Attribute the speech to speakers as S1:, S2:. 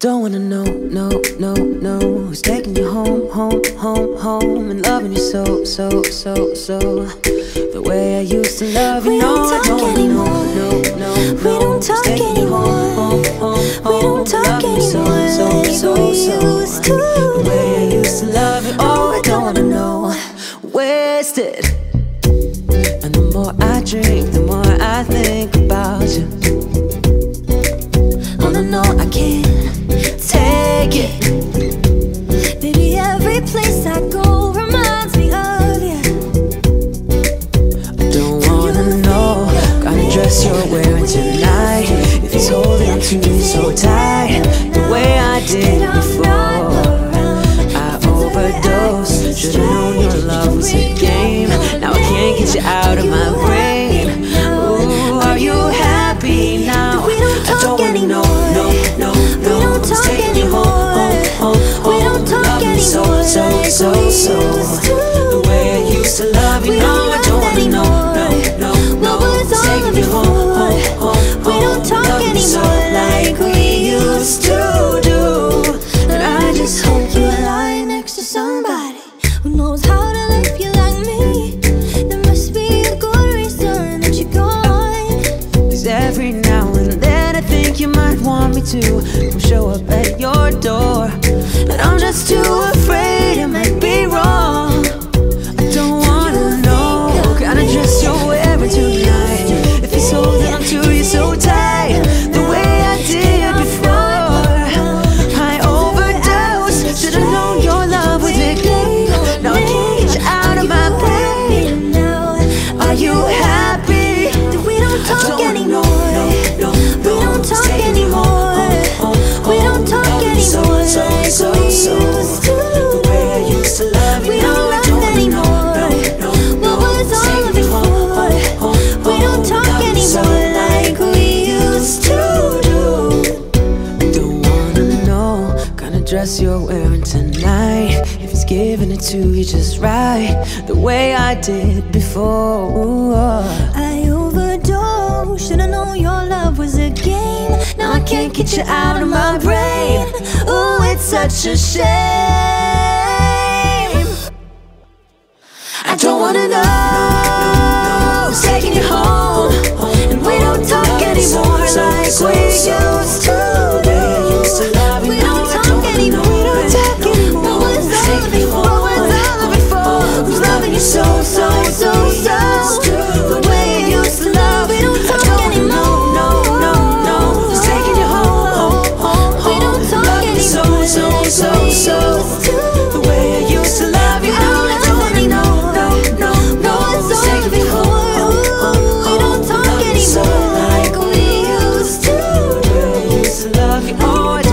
S1: Don't wanna know, no, no, no. Who's taking you home, home, home, home, and loving you so, so, so, so. The way I used to love you.
S2: We
S1: no,
S2: don't
S1: I
S2: talk
S1: don't wanna know,
S2: anymore.
S1: No, no,
S2: We
S1: no.
S2: don't
S1: Who's
S2: talk
S1: taking you home, home, home,
S2: We
S1: home,
S2: don't
S1: and
S2: talk
S1: loving you
S2: anymore
S1: So,
S2: like
S1: so,
S2: we
S1: so, so.
S2: used to.
S1: The way I used to love you. Oh, I don't wanna know. Wasted. And the more I drink, the more I think about you.
S2: Oh no, no, I can't take it. Baby, every place I go reminds me of you.
S1: I don't wanna know. Got to dress you're wearing tonight. If he's holding to me so tight, the way I did before. I overdosed. Should've known your love was a game. Now I can't get you out of my brain. Ooh, are you happy now?
S2: We don't
S1: I
S2: talk
S1: don't wanna know,
S2: anymore.
S1: no, no, no.
S2: We don't
S1: Who's
S2: talk
S1: taking you
S2: anymore.
S1: home, home, home,
S2: We don't
S1: home? Love
S2: talk
S1: you so,
S2: anymore
S1: so,
S2: like
S1: so,
S2: we
S1: so.
S2: used to.
S1: The way I used to love you,
S2: We
S1: no,
S2: don't
S1: I don't
S2: laugh
S1: wanna know, no,
S2: anymore.
S1: no, no.
S2: What was
S1: Who's
S2: all
S1: taking
S2: of
S1: you home,
S2: before?
S1: home, home,
S2: We
S1: home?
S2: don't talk
S1: Love you so
S2: anymore like we used to do. And I just hope you lie next to somebody who knows how to live you like me. There must be a good reason that you're gone.
S1: Cause every now and then I think you might want me to come show up at your door. And I'm just too afraid it might be wrong. I don't wanna know. Kinda dress you're wearing tonight. If it's holding on to you so tight, the way I did before. I overdosed. Should've known your love was a game. Now I can't get you out of my brain. Are you happy?
S2: We don't talk anymore.
S1: We
S2: We don't Oh, talk anymore. We don't talk
S1: Oh,
S2: anymore like we used to. We don't laugh anymore. What was all of it for? We don't talk anymore like we used to do.
S1: Don't wanna know kind of dress you're wearing tonight. If he's giving it to you just right, the way I did before.
S2: I overdosed. Should've known your love was a game. Now I can't get you out of my brain. Ooh, it's such a shame. I don't wanna know who's taking you home, and we don't talk anymore like we used to. do. We don't talk anymore. What was all of it for? What was all of it for? Who's loving you so, so, so, so? The way you used to love. We don't talk anymore.
S1: Who's taking you home, home, home,
S2: We don't
S1: home?
S2: talk
S1: Love you so,
S2: anymore.
S1: so, so, so.
S2: The
S1: way I used to love you, now I don't wanna know, no, no, no.
S2: What's all of it for? Ooh, we don't talk
S1: Love you so
S2: anymore like we used to.
S1: I used to love you, oh, I